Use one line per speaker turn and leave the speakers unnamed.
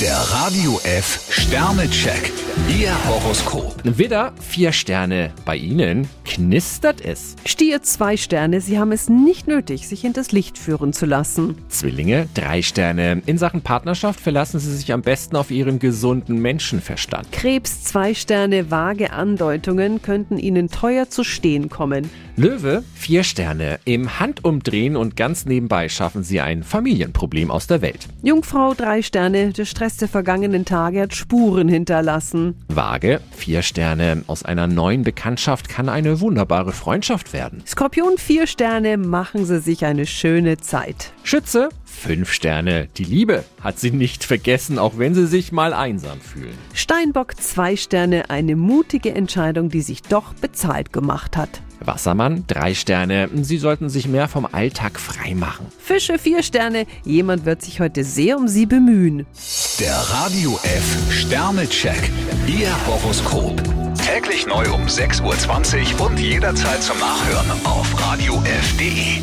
Der Radio F Sternecheck. Ihr Horoskop.
Widder, vier Sterne. Bei Ihnen knistert es.
Stier zwei Sterne, Sie haben es nicht nötig, sich hinters Licht führen zu lassen.
Zwillinge, drei Sterne. In Sachen Partnerschaft verlassen Sie sich am besten auf Ihren gesunden Menschenverstand.
Krebs zwei Sterne, vage Andeutungen könnten Ihnen teuer zu stehen kommen.
Löwe, vier Sterne. Im Handumdrehen und ganz nebenbei schaffen Sie ein Familienproblem aus der Welt.
Jungfrau drei Sterne, der Stress der vergangenen Tage hat Spuren hinterlassen.
Waage, vier Sterne. Aus einer neuen Bekanntschaft kann eine wunderbare Freundschaft werden.
Skorpion vier Sterne, machen Sie sich eine schöne Zeit.
Schütze, fünf Sterne. Die Liebe hat Sie nicht vergessen, auch wenn Sie sich mal einsam fühlen.
Steinbock zwei Sterne, eine mutige Entscheidung, die sich doch bezahlt gemacht hat.
Wassermann, drei Sterne. Sie sollten sich mehr vom Alltag freimachen.
Fische vier Sterne, jemand wird sich heute sehr um Sie bemühen.
Der Radio F Sternecheck. Ihr Horoskop. Täglich neu um 6.20 Uhr und jederzeit zum Nachhören auf Radio radiof.de.